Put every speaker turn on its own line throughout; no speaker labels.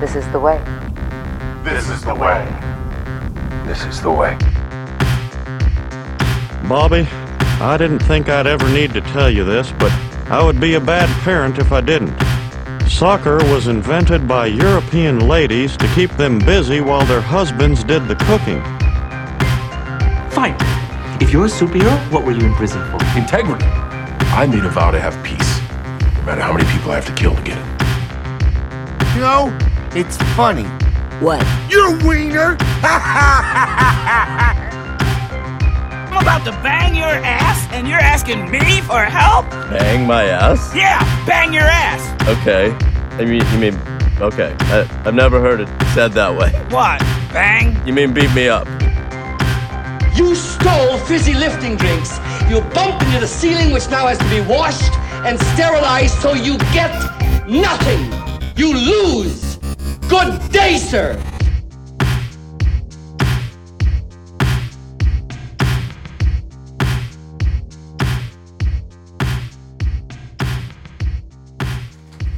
This is the way.
This is the way. This is the way.
Bobby, I didn't think I'd ever need to tell you this, but I would be a bad parent if I didn't. Soccer was invented by European ladies to keep them busy while their husbands did the cooking.
Fine. If you're a superhero, what were you in prison for?
Integrity. I made a vow to have peace, no matter how many people I have to kill to get it.
You know, it's funny.
What?
You're wiener!
I'm about to bang your ass, and you're asking me for help?
Bang my ass?
Yeah, bang your ass.
Okay. I mean, you mean, okay. I, I've never heard it said that way.
What? Bang?
You mean beat me up?
You stole fizzy lifting drinks. You bumped into the ceiling, which now has to be washed and sterilized, so you get nothing. You lose. Good day, sir.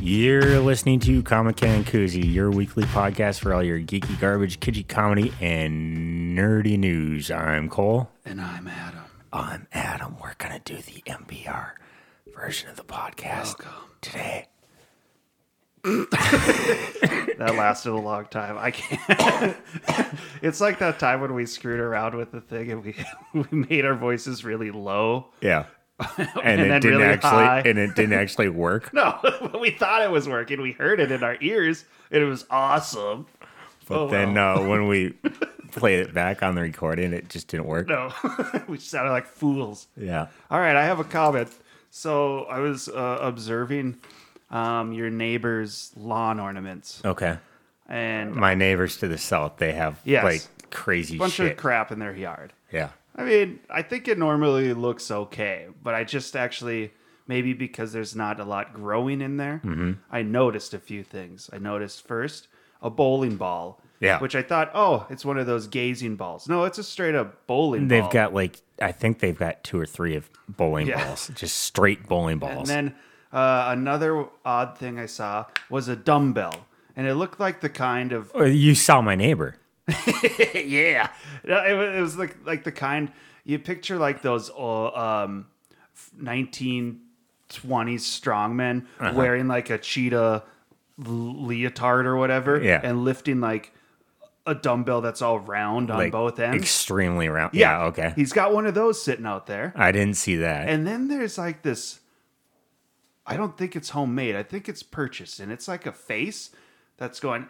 You're listening to Comic Con and Koozie, your weekly podcast for all your geeky garbage, kitschy comedy, and nerdy news. I'm Cole. And I'm Adam. I'm Adam. We're going to do the MBR version of the podcast today.
That lasted a long time. I can't. it's like that time when we screwed around with the thing and we we made our voices really low.
Yeah. And, it
then
didn't
really
actually
high.
and it didn't actually work.
No, but we thought it was working. We heard it in our ears, and it was awesome. Oh,
But then uh, when we played it back on the recording, it just didn't work.
No, we sounded like fools.
Yeah.
All right, I have a comment. So I was uh, observing um, your neighbor's lawn ornaments,
Okay.
and
My neighbors to the south, they have
Yes.
like crazy
a bunch
shit.
of crap in their yard.
yeah.
I mean, I think it normally looks okay, but I just actually maybe because there's not a lot growing in there, I noticed a few things. I noticed first a bowling ball,
Yeah.
which I thought, oh, it's one of those gazing balls. No, it's a straight up bowling.
They've
ball.
got like I think they've got two or three of bowling
Yeah.
balls, just straight bowling
and
balls.
then uh, another odd thing I saw was a dumbbell, and it looked like the kind of
Uh, you saw my neighbor.
yeah, No, it was, it was like like the kind you picture like those uh, um, nineteen twenties strongmen
Uh-huh.
wearing like a cheetah l- leotard or whatever,
Yeah.
and lifting like a dumbbell that's all round on
like,
both ends.
extremely round. Yeah, okay.
He's got one of those sitting out there,
I didn't see that.
and then there's like this. I don't think it's homemade. I think it's purchased, and it's like a face that's going.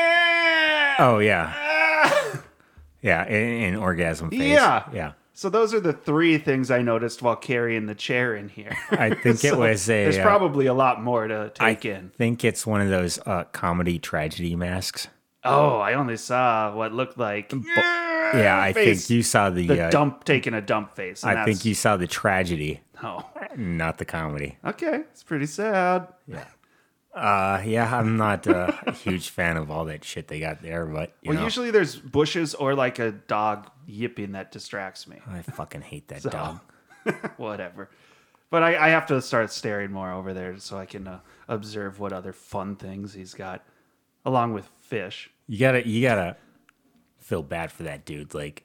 "Eh."
oh yeah, yeah, an, an orgasm face.
Yeah.
yeah.
So those are the three things I noticed while carrying the chair in here.
I think it
So
was a.
There's
uh,
probably a lot more to
I
take in.
think it's one of those uh, comedy tragedy masks.
Oh, I only saw what looked like
yeah, I
Eh, face.
think you saw the.
the
uh,
dump taking a dump face. and
I think you
that's-
saw the tragedy,
Oh,
not the comedy.
okay. It's pretty sad.
Uh, yeah, I'm not uh, a huge fan of all that shit they got there, but you
well,
know,
usually there's bushes or like a dog yipping that distracts me.
I fucking hate that dog.
Whatever. But I, I have to start staring more over there so I can uh, observe what other fun things he's got, along with fish.
You gotta you gotta feel bad for that dude. Like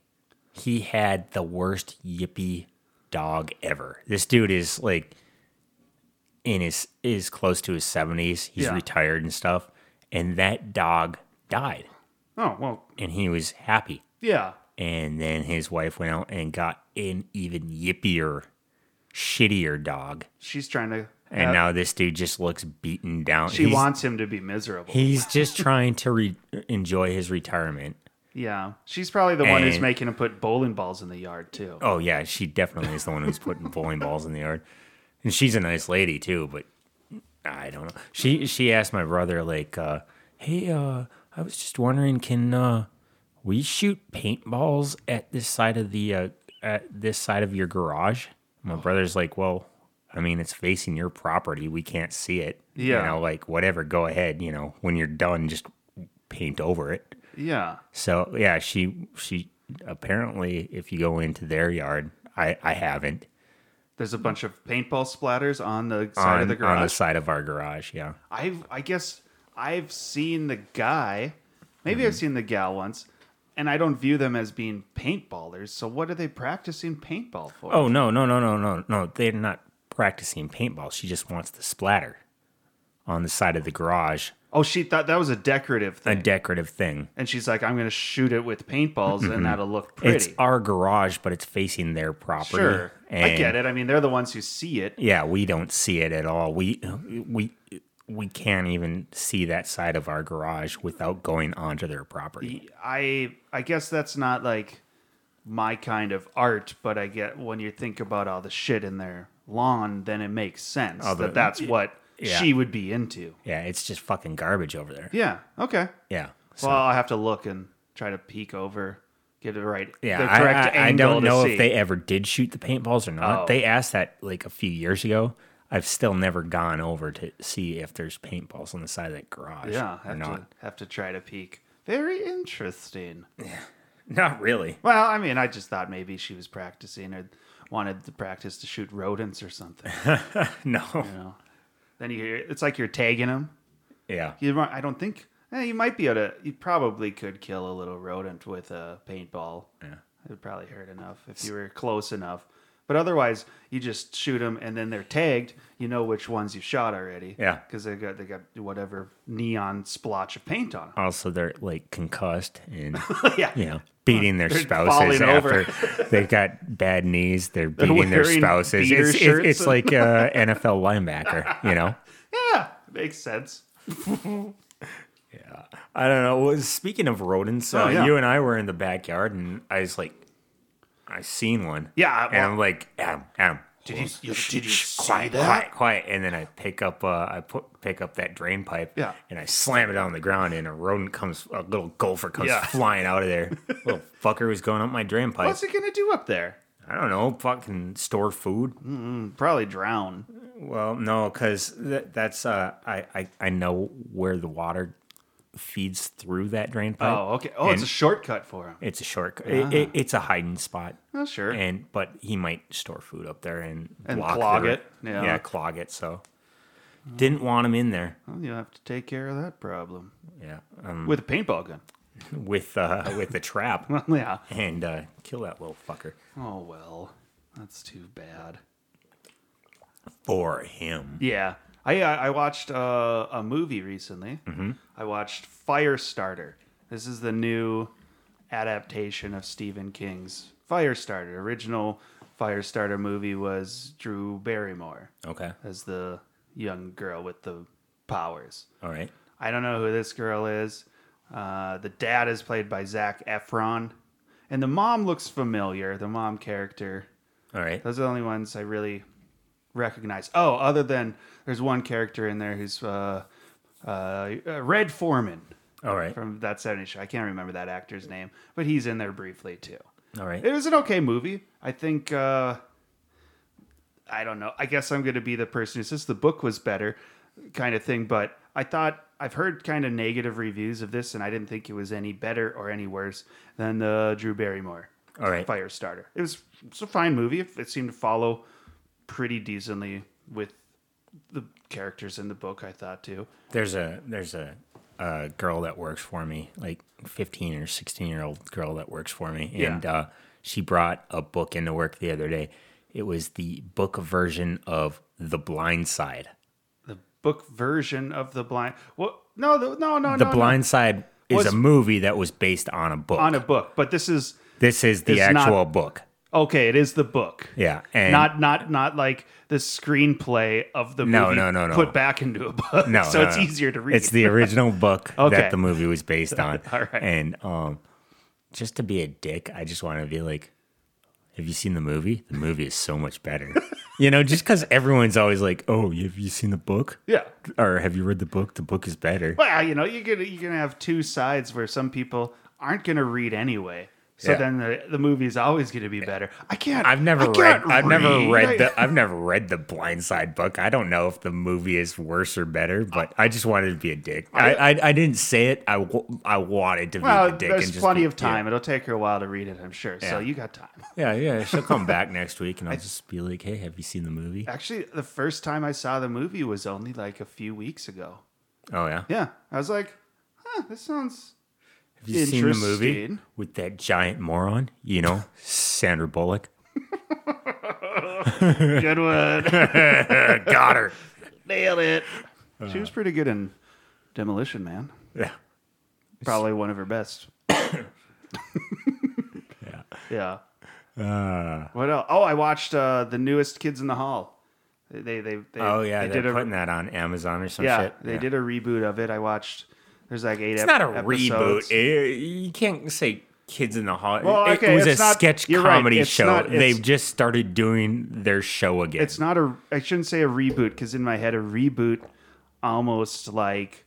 he had the worst yippy dog ever. This dude is like in his is close to his seventies. He's
Yeah.
retired and stuff. And that dog died.
Oh well,
And he was happy.
yeah.
And then his wife went out and got an even yippier, shittier dog.
She's trying to.
And now this dude just looks beaten down.
She
He's-
wants him to be miserable.
He's just trying to re- enjoy his retirement.
yeah. She's probably the one who's
And-
making him put bowling balls in the yard, too.
Oh yeah, she definitely is the one who's putting bowling balls in the yard, and she's a nice lady too. But I don't know. She she asked my brother like, uh, "Hey, uh, I was just wondering, can uh, we shoot paintballs at this side of the uh, at this side of your garage?" My brother's like, "Well, I mean, it's facing your property. We can't see it.
Yeah.
you know, like whatever. Go ahead. You know, when you're done, just paint over it."
Yeah.
So yeah, she she apparently if you go into their yard, I I haven't
There's a bunch of paintball splatters on the side
on,
of the
on the
garage.
side of our garage. Yeah,
I I guess I've seen the guy, maybe
Mm-hmm.
I've seen the gal once, and I don't view them as being paintballers. So what are they practicing paintball for?
Oh no, no, no, no, no, no! They're not practicing paintball. She just wants the splatter on the side of the garage,
Oh, she thought that was a decorative
a
thing.
decorative thing.
and she's like, I'm going to shoot it with paintballs and that'll look pretty.
Mm-hmm. It's our garage, but it's facing their property.
sure. I
And-
get it. I mean, they're the ones who see it.
Yeah, we don't see it at all. We we we can't even see that side of our garage without going onto their property.
I I guess that's not like my kind of art, but I get when you think about all the shit in their lawn, then it makes sense
All the-
that that's what
Yeah.
she would be into.
Yeah, it's just fucking garbage over there.
Yeah. Okay.
Yeah. So,
Well, I'll have to look and try to peek over, get it right.
yeah,
the
I-
correct
I, I
angle
don't
to
know
see.
if they ever did shoot the paintballs or not.
Oh.
They asked that like a few years ago. I've still never gone over to see if there's paintballs on the side of that garage
Yeah,
or
have
not.
to have to try to peek. Very interesting.
Not really.
Well, I mean, I just thought maybe she was practicing or wanted to practice to shoot rodents or something.
No.
then you hear it's like you're tagging them.
Yeah.
You might, I don't think eh, you might be able to. You probably could kill a little rodent with a paintball. Yeah, it would probably hurt enough if you were close enough. But otherwise, you just shoot them, and then they're tagged. You know which ones you shot already.
Yeah.
because they got they got whatever neon splotch of paint on them.
Also, they're like concussed and
yeah,
you know, beating their spouses
falling over.
after they've got bad knees. They're beating their
wearing
spouses.
beater
It's,
shirts
it's, it's
and-
like uh, a NFL linebacker, you know?
yeah, makes sense.
I don't know. Well, speaking of rodents, uh,
Oh, yeah.
you and I were in the backyard and I was like, I seen one.
Yeah,
And I'm like, Adam, Adam. Did you,
did you see
quiet,
that?
quiet, quiet. And then I pick up, uh, I put, pick up that drain pipe
Yeah.
and I slam it on the ground and a rodent comes, a little gopher comes
Yeah.
flying out of there. little fucker was going up my drain pipe.
What's it gonna do up there?
I don't know, fucking store food.
Probably drown.
Well, no, because th- that's uh, I, I I know where the water feeds through that drain pipe.
Oh, okay. Oh, it's a
And-
shortcut for him.
It's a short. It, it, it's a hiding spot.
Oh, Ah. sure.
And but he might store food up there and
And
block
clog
the-
it, yeah.
yeah, clog it. So didn't want him in there.
Well, you'll have to take care of that problem
Yeah, um,
with a paintball gun.
with uh, with the trap
yeah.
and uh, kill that little fucker
Oh well, that's too bad.
for him.
Yeah, I I I watched uh, a movie recently. Mm-hmm. I watched Firestarter. This is the new adaptation of Stephen King's Firestarter. Original Firestarter movie was Drew Barrymore
Okay.
as the young girl with the powers.
All right.
I don't know who this girl is. Uh, the dad is played by Zach Efron, and the mom looks familiar. The mom character.
All right.
Those are the only ones I really recognize. Oh, other than there's one character in there who's uh, uh, Red Foreman
All right.
from that 70s show. I can't remember that actor's name, but he's in there briefly too.
All right.
It was an okay movie. I think, uh, I don't know. I guess I'm going to be the person who says the book was better kind of thing, but I thought I've heard kind of negative reviews of this, and I didn't think it was any better or any worse than the Drew Barrymore
All right.
Firestarter. It was it's a fine movie. It seemed to follow pretty decently with the characters in the book. I thought too.
there's a there's a, a girl that works for me, like 15 or 16 year old girl that works for me,
Yeah.
and uh, she brought a book into work the other day. It was the book version of The Blind Side.
The book version of the blind. Well, no, the, no, no,
The
no,
Blind Side is
Was-
a movie that was based on a book.
no. on a book, but this is
this is the
It's not-
actual book.
okay. It is the book.
Yeah, and
Not not not like the screenplay of the
No,
movie
no, no, no.
put back into a book.
no,
so
no,
it's
no.
easier to read.
It's the original book
Okay.
that the movie was based on.
All right.
and um, just to be a dick, I just want to be like, "Have you seen the movie? The movie is so much better." you know, just because everyone's always like, "Oh, have you seen the book?"
yeah.
Or have you read the book? The book is better.
Well, you know, you're gonna you're gonna have two sides where some people aren't gonna read anyway. So
Yeah.
then the the movie's always gonna be better. I can't.
I've never
I
read.
can't
I've never
I-
read the. I've never read the Blind Side book. I don't know if the movie is worse or better, but I just wanted to be a dick. I I, I didn't say it. I, w- I wanted to be
Well,
the dick.
there's
and just
plenty
be-
of
yeah.
time. It'll take her a while to read it, I'm sure. So
Yeah.
you got time.
Yeah, yeah. She'll come back next week, and I'll just be like, "Hey, have you seen the movie?"
Actually, the first time I saw the movie was only like a few weeks ago.
Oh yeah.
Yeah, I was like, huh, this sounds.
Have you seen the movie
Interesting.
with that giant moron? You know, Sandra Bullock.
Good one.
Uh, Got her.
Nailed it. She was pretty good in Demolition Man.
Yeah.
Probably one of her best. yeah.
Uh,
Yeah. what else? Oh, I watched uh, the newest Kids in the Hall. They they they, they
Oh yeah,
they
they're
did a
putting that on Amazon or some
yeah
shit.
they
Yeah.
did a reboot of it. I watched. There's like eight.
It's
ep-
not a
episodes.
reboot. It- you can't say kids in the hall.
Well,
It-
okay,
it was a
it's not-
sketch
you're right,
comedy
it's
show.
not- it's-
They've just started doing their show again.
It's not a. I shouldn't say a reboot because in my head a reboot almost like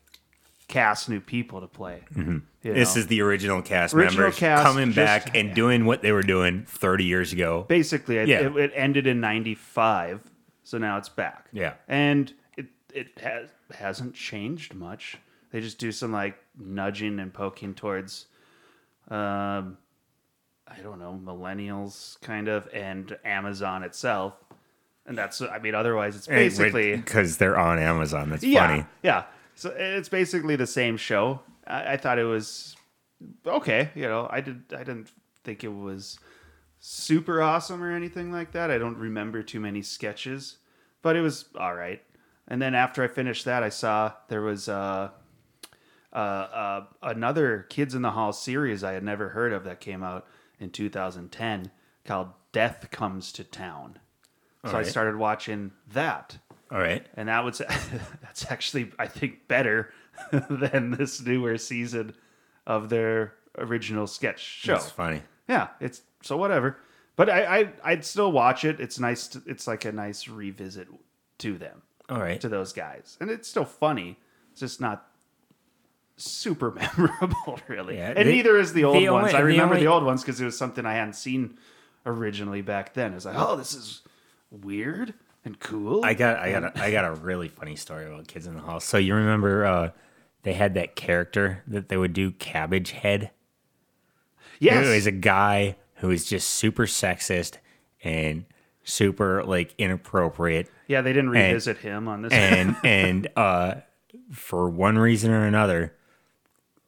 cast new people to play.
Mm-hmm.
You
this
know?
is the original cast
Original
members
cast,
coming
just-
back and doing what they were doing 30 years ago.
basically it,
Yeah.
it, it ended in 95 so now it's back
Yeah.
and it it has hasn't changed much they just do some like nudging and poking towards um i don't know millennials kind of and amazon itself and that's i mean otherwise it's basically
because they're on Amazon. That's
yeah,
funny.
Yeah. So it's basically the same show. I, I thought it was okay. You know, I did. I didn't think it was super awesome or anything like that. I don't remember too many sketches, but it was all right. And then after I finished that, I saw there was uh, uh, uh, another Kids in the Hall series I had never heard of that came out in 2010 called Death Comes to Town. So I
right.
started watching that
All right.
and that was that's actually I think better than this newer season of their original sketch show.
That's funny.
Yeah, it's so whatever. But I, I I'd still watch it. It's nice. To, it's like a nice revisit to them,
All right.
to those guys, and it's still funny. It's just not super memorable, really.
Yeah,
and
they-
neither is the old
the
ones.
only-
I
the
remember the,
only-
old ones because it was something I hadn't seen originally back then. It was like, oh, this is weird and cool.
I got I got a, I got a really funny story about Kids in the Hall. So you remember uh, they had that character that they would do Cabbage Head.
yes.
It was a guy who was just super sexist and super like inappropriate
Yeah, they didn't revisit him on this.
and and uh for one reason or another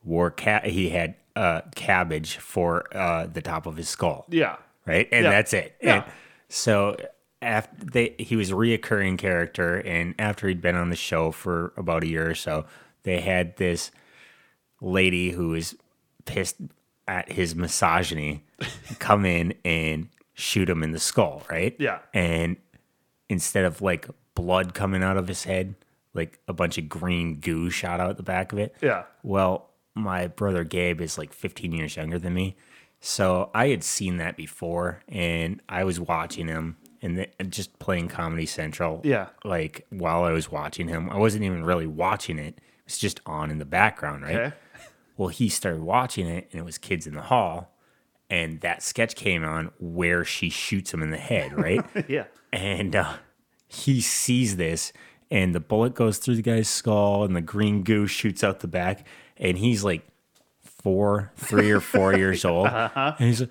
wore cat he had uh cabbage for uh the top of his skull
yeah,
right? And
Yeah.
that's it.
Yeah.
And so after they, he was a reoccurring character, and after he'd been on the show for about a year or so, they had this lady who was pissed at his misogyny come in and shoot him in the skull, right?
Yeah.
And instead of like blood coming out of his head, like a bunch of green goo shot out the back of it.
Yeah.
Well, my brother Gabe is like 15 years younger than me. So I had seen that before and I was watching him and th- and just playing Comedy Central.
Yeah.
Like while I was watching him, I wasn't even really watching it. It was just on in the background, right?
Okay.
Well, he started watching it and it was Kids in the Hall. And that sketch came on where she shoots him in the head, right?
yeah,
and uh, he sees this and the bullet goes through the guy's skull and the green goo shoots out the back and he's like four three or four years old
Uh-huh.
and he's like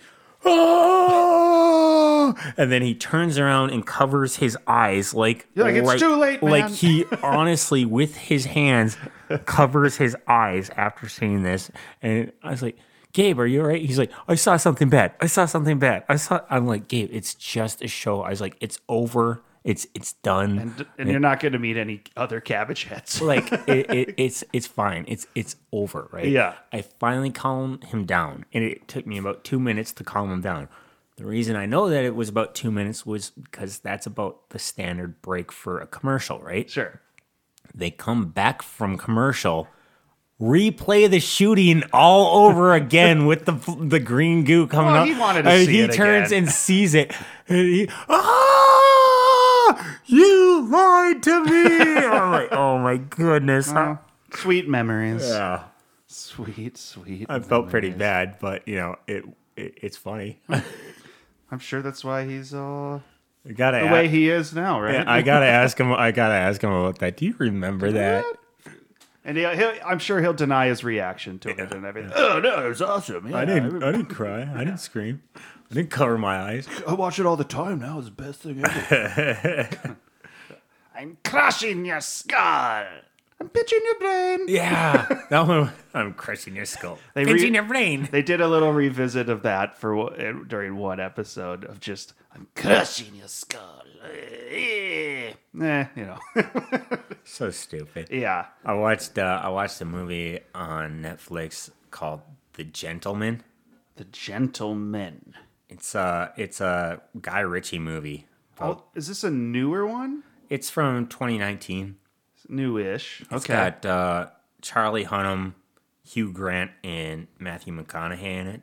Oh! And then he turns around and covers his eyes like,
You're like, "It's too late,
Like
man."
he honestly, with his hands, covers his eyes after seeing this. And I was like, Gabe, are you all right? He's like, I saw something bad. I saw something bad. I saw. I'm like, Gabe, it's just a show. I was like, it's over. It's it's done.
and, and you're not going to meet any other cabbage heads.
like it, it, it's it's fine. It's it's over, right?
Yeah.
I finally calmed him down, and it took me about two minutes to calm him down. The reason I know that it was about two minutes was because that's about the standard break for a commercial, right?
Sure.
They come back from commercial, replay the shooting all over again with the the green goo coming
Well,
out.
he wanted to
And
see
He
it
turns
again.
and sees it. And he, ah! You lied to me. I'm like, oh my goodness. I-
Sweet memories.
Yeah.
Sweet, sweet.
I felt pretty bad, but you know, it, it it's funny. I
I'm sure that's why he's uh,
gotta
the way he is now, right?
I gotta ask him. I gotta ask him about that. Do you remember that?
and he'll, he'll, I'm sure he'll deny his reaction to it and everything. Oh no, it was awesome. Yeah,
I didn't. I didn't cry. I didn't scream. I didn't cover my eyes.
I watch it all the time now. It's the best thing ever. I'm crushing your skull. I'm pitching your brain.
Yeah, that one. I'm crushing your skull.
They
it's
re-
in your brain.
They did a little revisit of that for wh- during one episode of just I'm crushing your skull. Eh, you know.
So stupid.
yeah.
I watched. Uh, I watched a movie on Netflix called The Gentleman.
The gentleman.
It's a. It's a Guy Ritchie movie.
Oh, is this a newer one?
It's from 2019.
It's newish. Okay.
It's got uh, Charlie Hunnam, Hugh Grant, and Matthew McConaughey in it.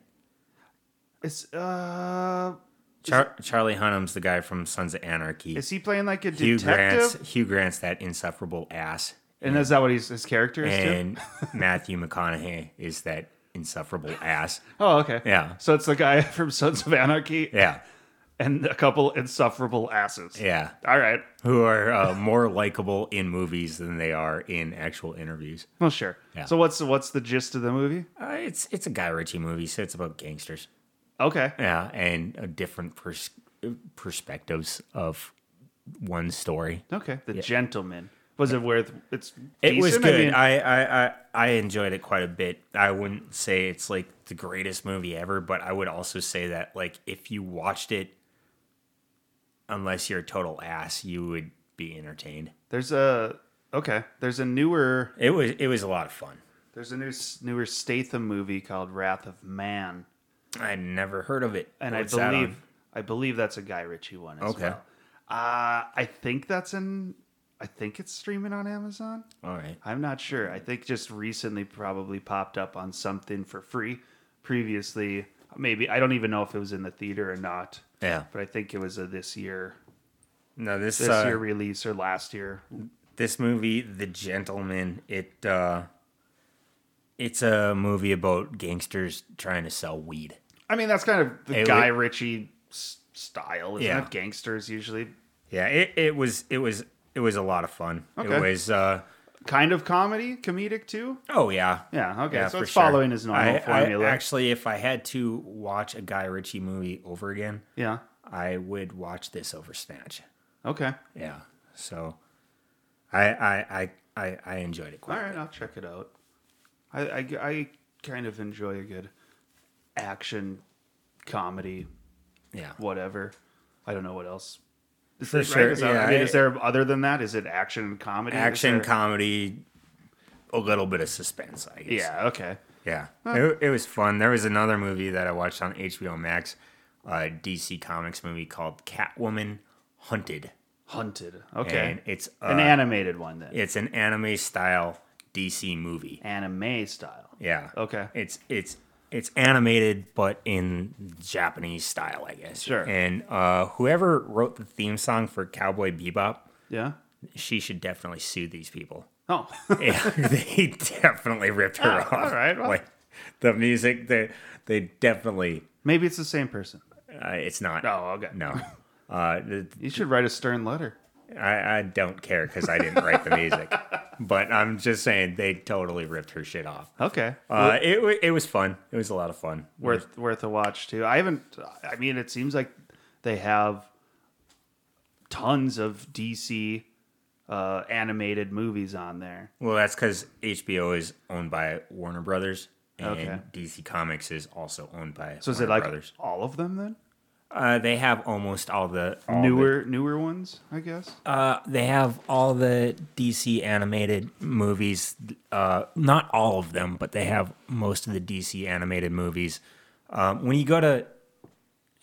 It's uh
Char- Charlie Hunnam's the guy from Sons of Anarchy.
is he playing like a
Hugh
detective?
Grant's Hugh Grant's that insufferable ass,
And is that what he's, his character is too?
and Matthew McConaughey is that insufferable ass.
Oh, okay.
Yeah.
So it's the guy from Sons of Anarchy
Yeah,
and a couple insufferable asses.
yeah,
All right.
who are uh, more likable in movies than they are in actual interviews.
Well, sure.
Yeah.
So what's what's the gist of the movie?
Uh, it's it's a Guy Ritchie movie, so it's about gangsters.
Okay.
Yeah, and uh, different pers- perspectives of one story.
Okay. The gentleman. Was it worth it's
It was
decent? I
good.
mean-
I, I, I, I enjoyed it quite a bit. I wouldn't say it's like the greatest movie ever, but I would also say that like if you watched it, unless you're a total ass, you would be entertained.
There's a okay. There's a newer.
It was it was a lot of fun.
There's a new newer Statham movie called Wrath of Man,
I'd never heard of it.
and
What's
I
that on?
believe I believe that's a Guy Ritchie one. As
Okay.
Well. Uh, I think that's in. I think it's streaming on Amazon.
all right.
I'm not sure. I think just recently probably popped up on something for free. Previously, maybe I don't even know if it was in the theater or not.
Yeah.
But I think it was a this year
No, this
this
uh,
year release or last year.
this movie, The Gentleman, it uh, it's a movie about gangsters trying to sell weed.
I mean, that's kind of the
It
Guy
wa-
Ritchie s- style, isn't
Yeah.
it? Gangsters usually
Yeah, it, it was it was it was a lot of fun.
Okay.
It was uh
kind of comedy, comedic too.
oh yeah.
Yeah, okay. so
for
it's
sure.
following his normal
I- I-
formula.
actually if I had to watch a Guy Ritchie movie over again,
yeah.
I would watch this over Snatch.
Okay.
Yeah. So I I I I, I enjoyed it
All
quite a
right, I'll check it out. I, I, I kind of enjoy a good action comedy,
bit. Yeah.
whatever. I don't know what else. Is
For
it-
sure,
Is that-
yeah,
I mean,
I-
is there other than that? Is it action and comedy? Is
Action
there-
comedy a little bit of suspense, I guess.
Yeah. Okay.
Yeah. It, it was fun. There was another movie that I watched on HBO Max, a DC Comics movie called Catwoman Hunted.
Hunted. Okay.
And it's uh,
An animated one then.
it's an anime style DC movie.
Anime style.
Yeah.
Okay.
It's it's it's animated but in Japanese style, I guess.
Sure.
And uh, whoever wrote the theme song for Cowboy Bebop,
Yeah.
she should definitely sue these people.
Oh.
Yeah, they definitely ripped her off.
Ah, all right, well.
Like, the music, they they definitely.
Maybe it's the same person.
Uh, it's not.
Oh, okay.
No. Uh, th-
You should write a stern letter.
I, I don't care because I didn't write the music, but I'm just saying they totally ripped her shit off.
Okay.
Uh, it wa- it was fun. It was a lot of fun.
worth worth a watch too. I haven't. I mean, it seems like they have tons of DC uh, animated movies on there.
Well, that's because HBO is owned by Warner Brothers, and
Okay.
DC Comics is also owned by.
So is
Warner
it like
Brothers.
all of them then?
Uh, they have almost all the all the-
newer newer ones, I guess.
Uh, they have all the DC animated movies. Uh, not all of them, but they have most of the DC animated movies. Um, when you go to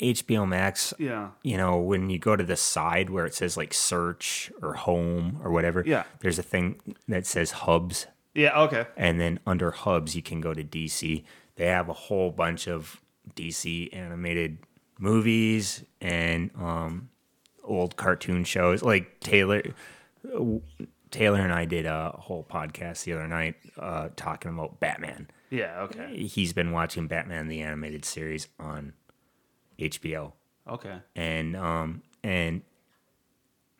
HBO Max,
Yeah.
you know, when you go to the side where it says like search or home or whatever,
Yeah.
there's a thing that says hubs.
Yeah. Okay.
And then under hubs, you can go to DC. They have a whole bunch of DC animated movies and um, old cartoon shows. Like Taylor, Taylor and I did a whole podcast the other night uh, talking about Batman.
Yeah. Okay.
He's been watching Batman the animated series on HBO
Okay.
and um and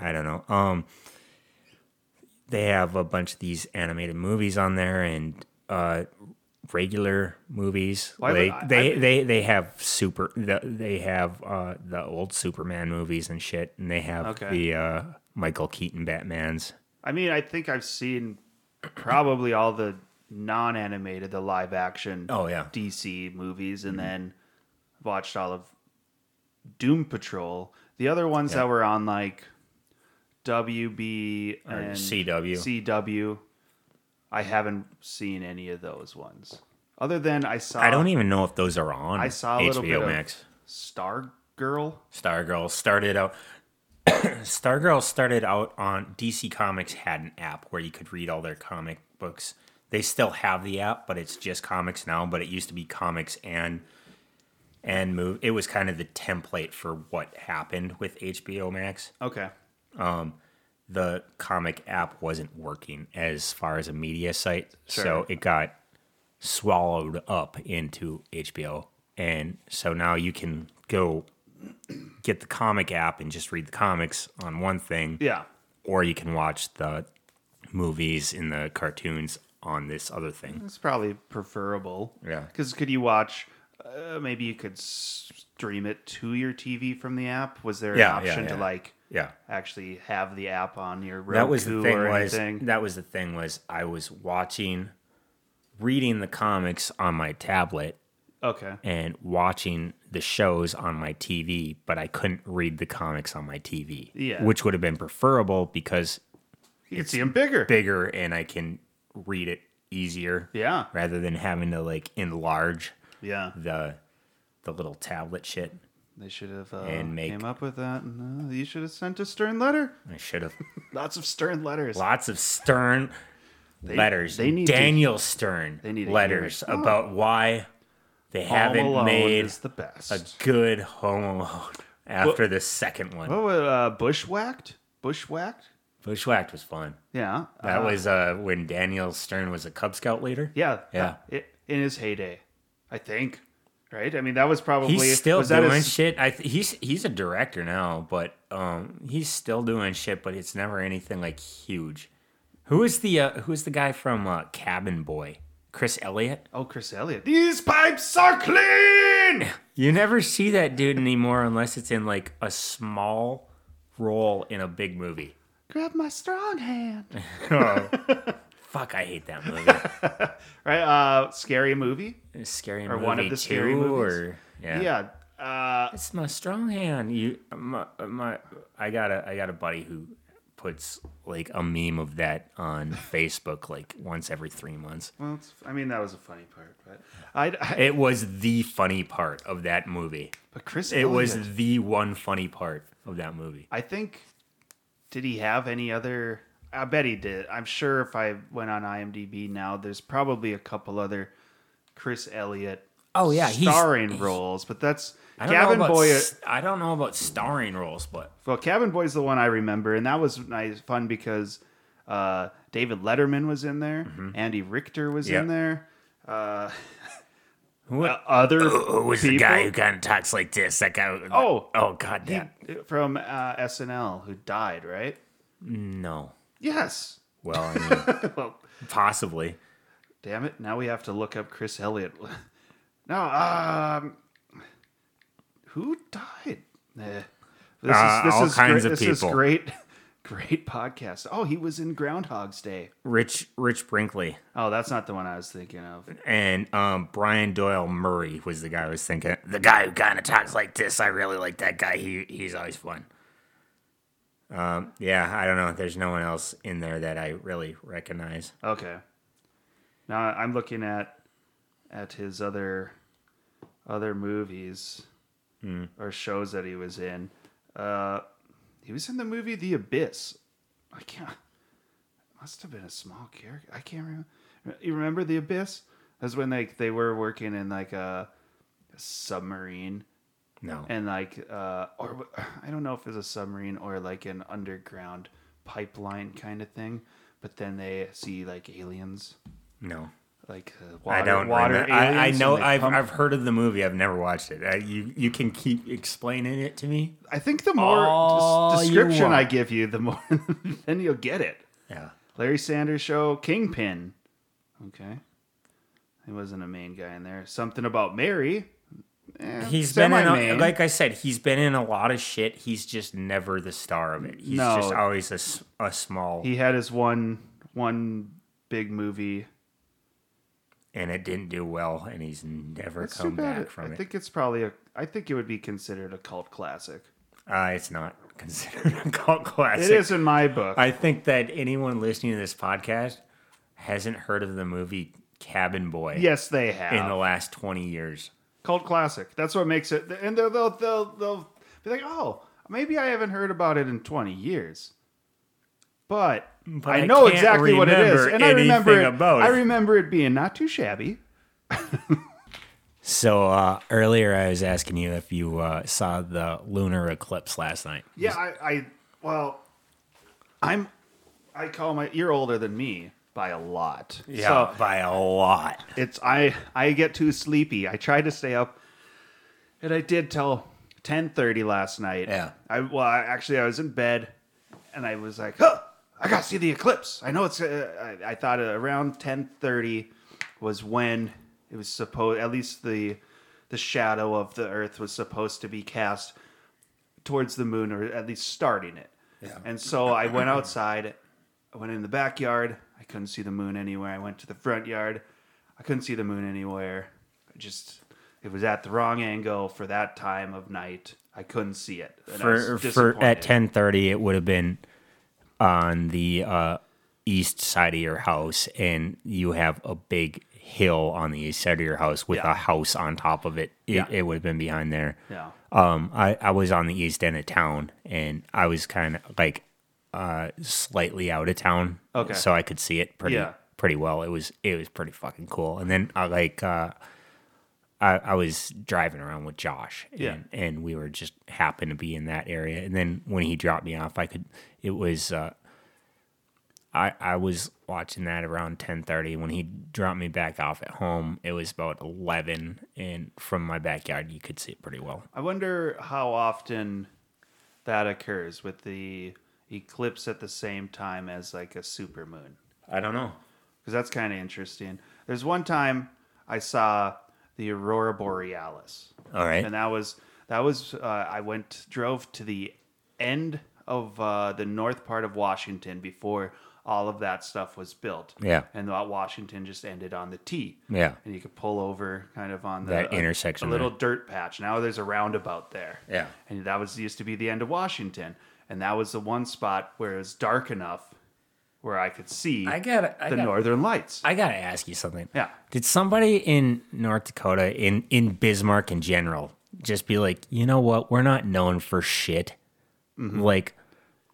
I don't know. Um they have a bunch of these animated movies on there and uh regular movies.
Why would
like
I-
they, they they have super the, they have uh the old Superman movies and shit and they have
Okay.
the uh Michael Keaton Batmans.
I mean, I think I've seen probably all the non-animated, the live action,
Oh, yeah. Mm-hmm.
DC movies, and then watched all of Doom Patrol. The other ones that were on like WB and
CW.
CW, I haven't seen any of those ones. Other than I saw,
I don't e- even know if those are on
Uh, I saw a
HBO
little bit
Max.
of Star Girl.
Stargirl started out. Stargirl started out on DC Comics had an app where you could read all their comic books. They still have the app, but it's just comics now. But it used to be comics and and move. It was kind of the template for what happened with HBO Max.
Okay,
The comic app wasn't working as far as a media site, so it got swallowed up into HBO. And so now you can go get the comic app and just read the comics on one thing.
yeah,
Or you can watch the movies and the cartoons on this other thing.
it's probably preferable.
Yeah.
because could you watch? Uh, maybe you could s- stream it to your TV from the app. Was there an
Yeah, yeah,
option to
yeah.
like
Yeah.
actually have the app on your Roku
That was the thing
or
was
anything?
that was the thing was I was watching reading the comics on my tablet
okay,
and watching the shows on my TV, but I couldn't read the comics on my TV.
Yeah.
Which would have been preferable because
you can see them bigger.
bigger and I can read it easier.
Yeah.
Rather than having to like enlarge
Yeah,
the the little tablet shit.
they should have uh,
And make-
came up with that. And, uh, you should have sent a stern letter.
I should have
Lots of stern letters.
lots of stern letters.
they need to-
Daniel Stern
they need to hear
letters
it.
about why they
Home
haven't
Alone
made
is the best.
a good Home Alone after the second one.
Oh, uh, bushwhacked, bushwhacked.
Bushwhacked was fun.
Yeah,
That
uh,
was uh, when Daniel Stern was a Cub Scout leader.
yeah,
Yeah.
i- in his heyday, I think. Right? I mean, that was probably
He's still
was that
doing
his-
shit. I th- he's he's a director now, but um, he's still doing shit. But it's never anything like huge. Who is the uh, who is the guy from uh, Cabin Boy? Chris Elliott.
Oh, Chris Elliott. These pipes are clean.
You never see that dude anymore unless it's in like a small role in a big movie.
Grab my strong hand.
Fuck, I hate that movie.
Right? Uh, scary movie.
It's scary
Or
movie
one of the
two,
scary movies.
or yeah.
Yeah. Uh,
It's my strong hand. You, my, my, I got a, I got a buddy who puts like a meme of that on Facebook like once every three months.
well, it's, I mean, that was a funny part, but I. I
It was the funny part of that movie.
but Chris
It was
Elliott,
the one funny part of that movie.
I think. Did he have any other? I bet he did. I'm sure if I went on IMDb now, there's probably a couple other Chris Elliott
Oh yeah,
starring roles, but that's
I don't
Cabin
know about,
Boy.
s- I don't know about starring roles, but
Well, Cabin Boy's the one I remember, and that was nice, fun because uh, David Letterman was in there, Andy Richter was
Yeah.
in there. Uh,
What-
other
who was the
people-
guy who kind of talks like this? That guy.
Oh.
oh god,
he-
damn.
from uh, SNL who died, right?
No.
Yes.
Well, I mean,
Well-
possibly.
Damn it! Now we have to look up Chris Elliott. no, um, who died? Eh. This
Uh, all kinds
great,
of
This is
people.
great, great podcast. Oh, he was in Groundhog's Day.
Rich Rich Brinkley.
Oh, that's not the one I was thinking of.
and um, Brian Doyle Murray was the guy I was thinking. The guy who kind of talks like this. I really like that guy. He he's always fun. Um, yeah, I don't know. There's no one else in there that I really recognize.
Okay. Now I'm looking at at his other other movies or shows that he was in. Uh, he was in the movie The Abyss. I can't. Must have been a small character. I can't remember. You remember The Abyss? That's when like they were working in like a submarine
No,
and like uh or i don't know if it's a submarine or like an underground pipeline kind of thing but then they see like aliens
no,
like uh, water,
I don't.
water
remember. I, I
aliens,
know.
and they
I've
pump-
I've heard of the movie. I've never watched it. Uh, you you can keep explaining it to me.
i think the more
All
des-
you
description i
want.
give you the more then you'll get it
Yeah.
larry sanders show kingpin okay he wasn't a main guy in there something about mary
He's been in a,
Semi-main.
like I said, he's been in a lot of shit. He's just never the star of it. He's
No.
just always a, s- a small.
he had his one one big movie.
and it didn't do well, and he's never
That's too
come
bad.
back from
I
it.
think it's probably a. I think it would be considered a cult classic.
uh, it's not considered a cult classic.
It is in my book.
I think that anyone listening to this podcast hasn't heard of the movie Cabin Boy.
yes, they have.
in the last twenty years.
cult classic. That's what makes it. And they'll they'll they'll, they'll be like, oh, maybe I haven't heard about it in twenty years, but, I
I
know
can't
exactly what it is,
remember
and I remember it.
anything about it.
I remember it being not too shabby.
So uh, earlier, I was asking you if you uh, saw the lunar eclipse last night.
Yeah, I, I well, I'm. I call my. You're older than me by a lot. So
by a lot.
it's I. I get too sleepy. I try to stay up, and I did till ten thirty last night.
Yeah.
I well, I, actually, I was in bed, and I was like, "Huh, I gotta see the eclipse." I know it's. Uh, I, I thought around ten thirty was when it was supposed. At least the the shadow of the Earth was supposed to be cast towards the moon or at least starting it. And so I went outside. I went in the backyard. I couldn't see the moon anywhere. I went to the front yard. I couldn't see the moon anywhere. I just it was at the wrong angle for that time of night. I couldn't see it. And I
For,
was
for at
disappointed.
ten thirty, it would have been on the uh, east side of your house, and you have a big hill on the east side of your house with
Yeah.
a house on top of it. It,
Yeah.
it would have been behind there.
Yeah.
Um, I, I was on the east end of town, and I was kind of like uh slightly out of town.
Okay.
So I could see it pretty
Yeah.
pretty well. It was it was pretty fucking cool. And then I like uh I, I was driving around with Josh and,
Yeah.
and we were just happened to be in that area. And then when he dropped me off, I could it was uh I, I was watching that around 10:30 when he dropped me back off at home. It was about 11 and from my backyard you could see it pretty well.
I wonder how often that occurs with the eclipse at the same time as like a supermoon.
I don't know.
because that's kind of interesting. There's one time I saw the aurora borealis,
All right.
and that was that was uh, I went drove to the end of uh, the north part of Washington before all of that stuff was built.
Yeah.
and that Washington just ended on the T.
Yeah.
and you could pull over kind of on the,
That
a-
intersection
a little
there.
dirt patch. Now there's a roundabout there.
Yeah.
and that was used to be the end of Washington, and that was the one spot where it was dark enough. Where I could see
I gotta- I
the
gotta-
northern lights.
I gotta ask you something.
Yeah.
Did somebody in North Dakota, in in Bismarck in general, just be like, you know what? We're not known for shit. Like,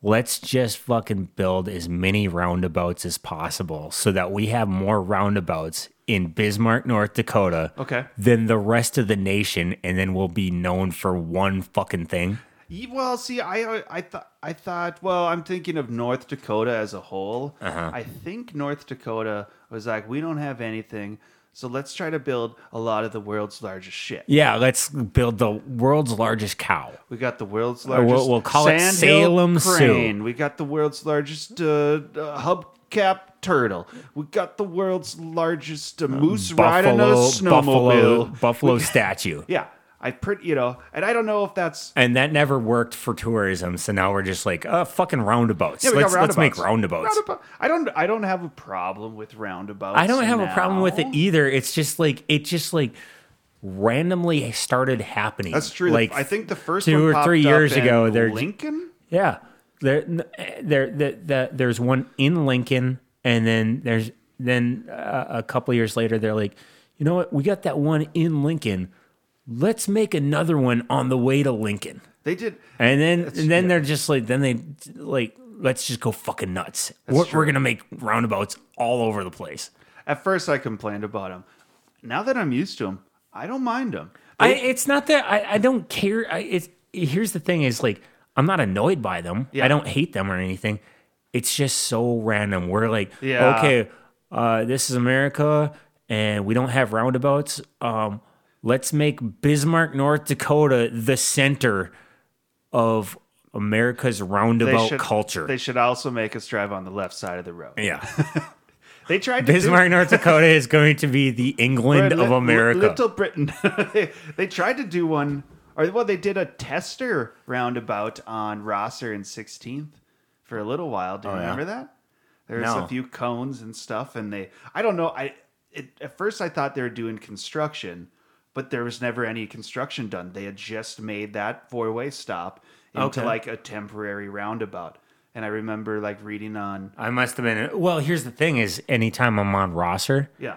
let's just fucking build as many roundabouts as possible so that we have more roundabouts in Bismarck, North Dakota,
Okay.
than the rest of the nation, and then we'll be known for one fucking thing.
Ye- E, Well, see, I I thought I thought. Well, I'm thinking of North Dakota as a whole.
Uh-huh.
I think North Dakota was like, we don't have anything, so let's try to build a lot of the world's largest shit.
Yeah, let's build the world's largest cow.
We got the world's
Uh, we'll-
largest.
we'll call it Salem Sioux.
crane. We got the world's largest uh, uh, hubcap turtle. We got the world's largest uh, moose riding a
buffalo,
snowmobile.
buffalo statue.
Yeah, I pretty you know, and I don't know if that's
and that never worked for tourism. So now we're just like, uh, fucking roundabouts.
Yeah, we
let's,
got
let's
roundabouts.
make roundabouts.
Roundabou- I don't. I don't have a problem with roundabouts.
I don't have a problem with it e-,
now.
either. It's just like it just like randomly started happening.
That's true.
Like
Like I think the first
two
one
or three
popped
years
up in
ago, there-
Lincoln.
yeah, there, eh, there, there, there- there's one in Lincoln, and then there's then uh, a couple years later, they're like, you know what, we got that one in Lincoln. Let's make another one on the way to Lincoln.
They did.
And then and then they're just like then they like let's just go fucking nuts. We're, we're gonna make roundabouts all over the place.
At first, I complained about them. Now that I'm used to them, I don't mind them.
I it's not that I, I don't care. I, it's here's the thing is like I'm not annoyed by them. I don't hate them or anything. It's just so random. We're like
Yeah.
okay, uh, this is America and we don't have roundabouts. Um, let's make Bismarck, North Dakota, the center of America's roundabout culture.
They should also make us drive on the left side of the road.
yeah.
They tried to do-
Bismarck, North Dakota is going to be the England
Li-
of
li-
America.
Little Britain. they, they tried to do one, or well, they did a tester roundabout on Rosser and 16th for a little while. Do you remember that? There's
Oh, No.
a few cones and stuff, and they. I don't know. I it, at first I thought they were doing construction, but there was never any construction done. They had just made that four way stop into
Okay.
like a temporary roundabout. And I remember like reading on.
I must have been. Well, here's the thing: is anytime I'm on Rosser,
Yeah.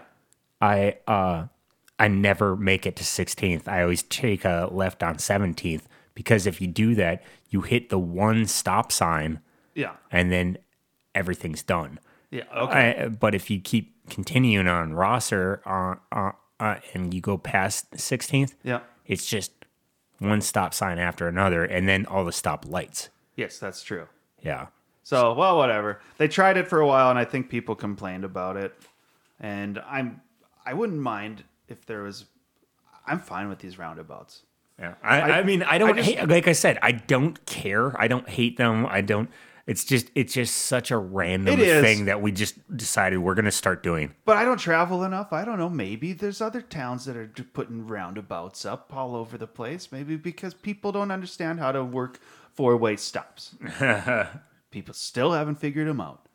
I uh, I never make it to 16th. I always take a left on 17th because if you do that, you hit the one stop sign,
Yeah.
and then everything's done.
Yeah. Okay.
I, but if you keep continuing on Rosser uh, uh, uh, and you go past 16th,
Yeah.
it's just one stop sign after another, and then all the stop lights.
Yes, that's true.
Yeah.
So, well, whatever. They tried it for a while, and I think people complained about it. And I'm, I wouldn't mind if there was. I'm fine with these roundabouts.
Yeah. I, I,
I-
mean, I don't
I just-
hate, like I said, I don't care. I don't hate them. I don't, it's just, it's just such a random
It is.
thing that we just decided we're going to start doing.
But I don't travel enough. I don't know. Maybe there's other towns that are d- putting roundabouts up all over the place. Maybe because people don't understand how to work four way stops. people still haven't figured them out.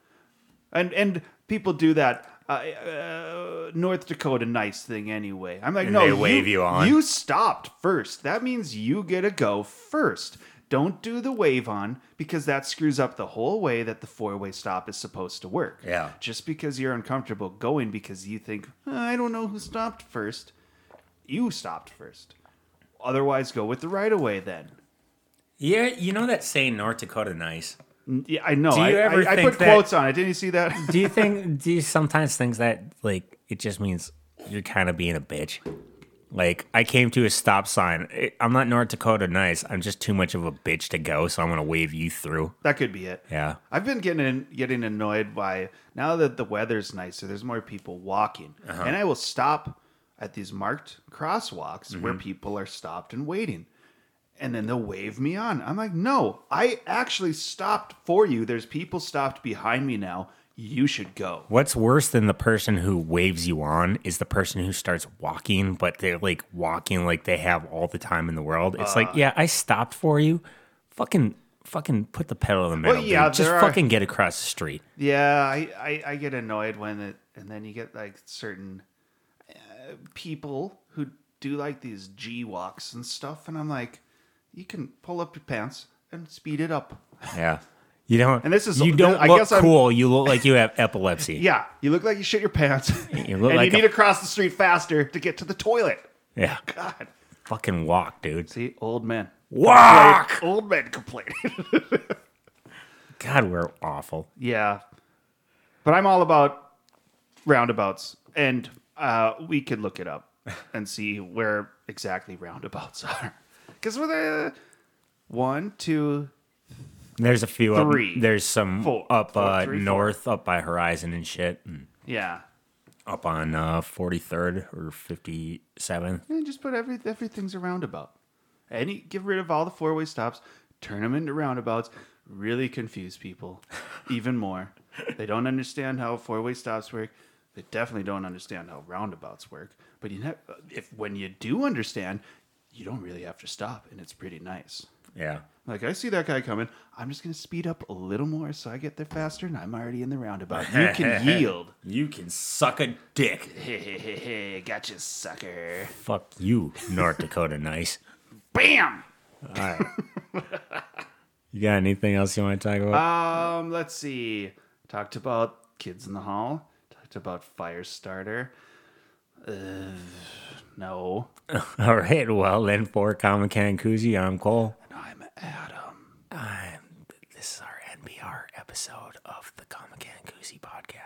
And and people do that uh, uh, North Dakota nice thing anyway. I'm like,
And
no,
they wave you on.
You stopped first. That means you get to go first. Don't do the wave on because that screws up the whole way that the four way stop is supposed to work.
Yeah.
Just because you're uncomfortable going because you think, "Uh, I don't know who stopped first, you stopped first. Otherwise, go with the right of way then.
Yeah. You know that saying North Dakota nice?
Yeah, I know.
Do you
I,
ever
I, I
think
put
that-
quotes on it. Didn't you see that?
Do you think, do you sometimes think that like it just means you're kind of being a bitch? Like I came to a stop sign. It- I'm not North Dakota nice. I'm just too much of a bitch to go. So I'm going to wave you through.
that could be it.
Yeah.
I've been getting getting annoyed by now that the weather's nicer. There's more people walking, and I will stop at these marked crosswalks where people are stopped and waiting, and then they'll wave me on. I'm like, no, I actually stopped for you. There's people stopped behind me now. You should go.
What's worse than the person who waves you on is the person who starts walking, but they're like walking like they have all the time in the world. It's
Uh.
like, yeah, I stopped for you. Fucking, fucking put the pedal to the metal.
yeah,
dude. Just
there are-
fucking get across the street.
Yeah, I, I, I get annoyed when it, and then you get like certain uh, people who do like these G walks and stuff, and I'm like, you can pull up your pants and speed it up.
Yeah. You don't.
And this is-
you don't
I
look
guess I'm-
cool. You look like you have epilepsy.
Yeah, you look like you shit your pants,
You look
and
like
you need
a-
to cross the street faster to get to the toilet.
yeah.
God,
Fucking walk, dude.
see, old men,
Walk.
old men complaining.
God, we're awful.
yeah, but I'm all about roundabouts, and uh, we could look it up and see where exactly roundabouts are, because with a one, two,
There's a few
Three,
up. There's some
four,
up
four,
uh,
three, four.
north, up by Horizon and shit. Mm. and
yeah,
up on uh, 43rd or 57th.
and just put every everything's a roundabout. Any get rid of all the four way stops, turn them into roundabouts. Really confuse people, even more. They don't understand how four way stops work. They definitely don't understand how roundabouts work. But you know, if when you do understand, you don't really have to stop, and it's pretty nice.
Yeah.
Like I see that guy coming, I'm just gonna speed up a little more so I get there faster, and I'm already in the roundabout. You can yield.
You can suck a dick.
Hey, hey, hey, hey, gotcha, sucker!
Fuck you, North Dakota nice.
Bam!
You got anything else you want to talk about?
Um, let's see. Talked about Kids in the Hall. Talked about Firestarter. Uh, no.
All right. Well, then for Comic Con Koozie, I'm Cole.
I'm Adam.
This is our NPR episode of the Comic Con Koozie podcast.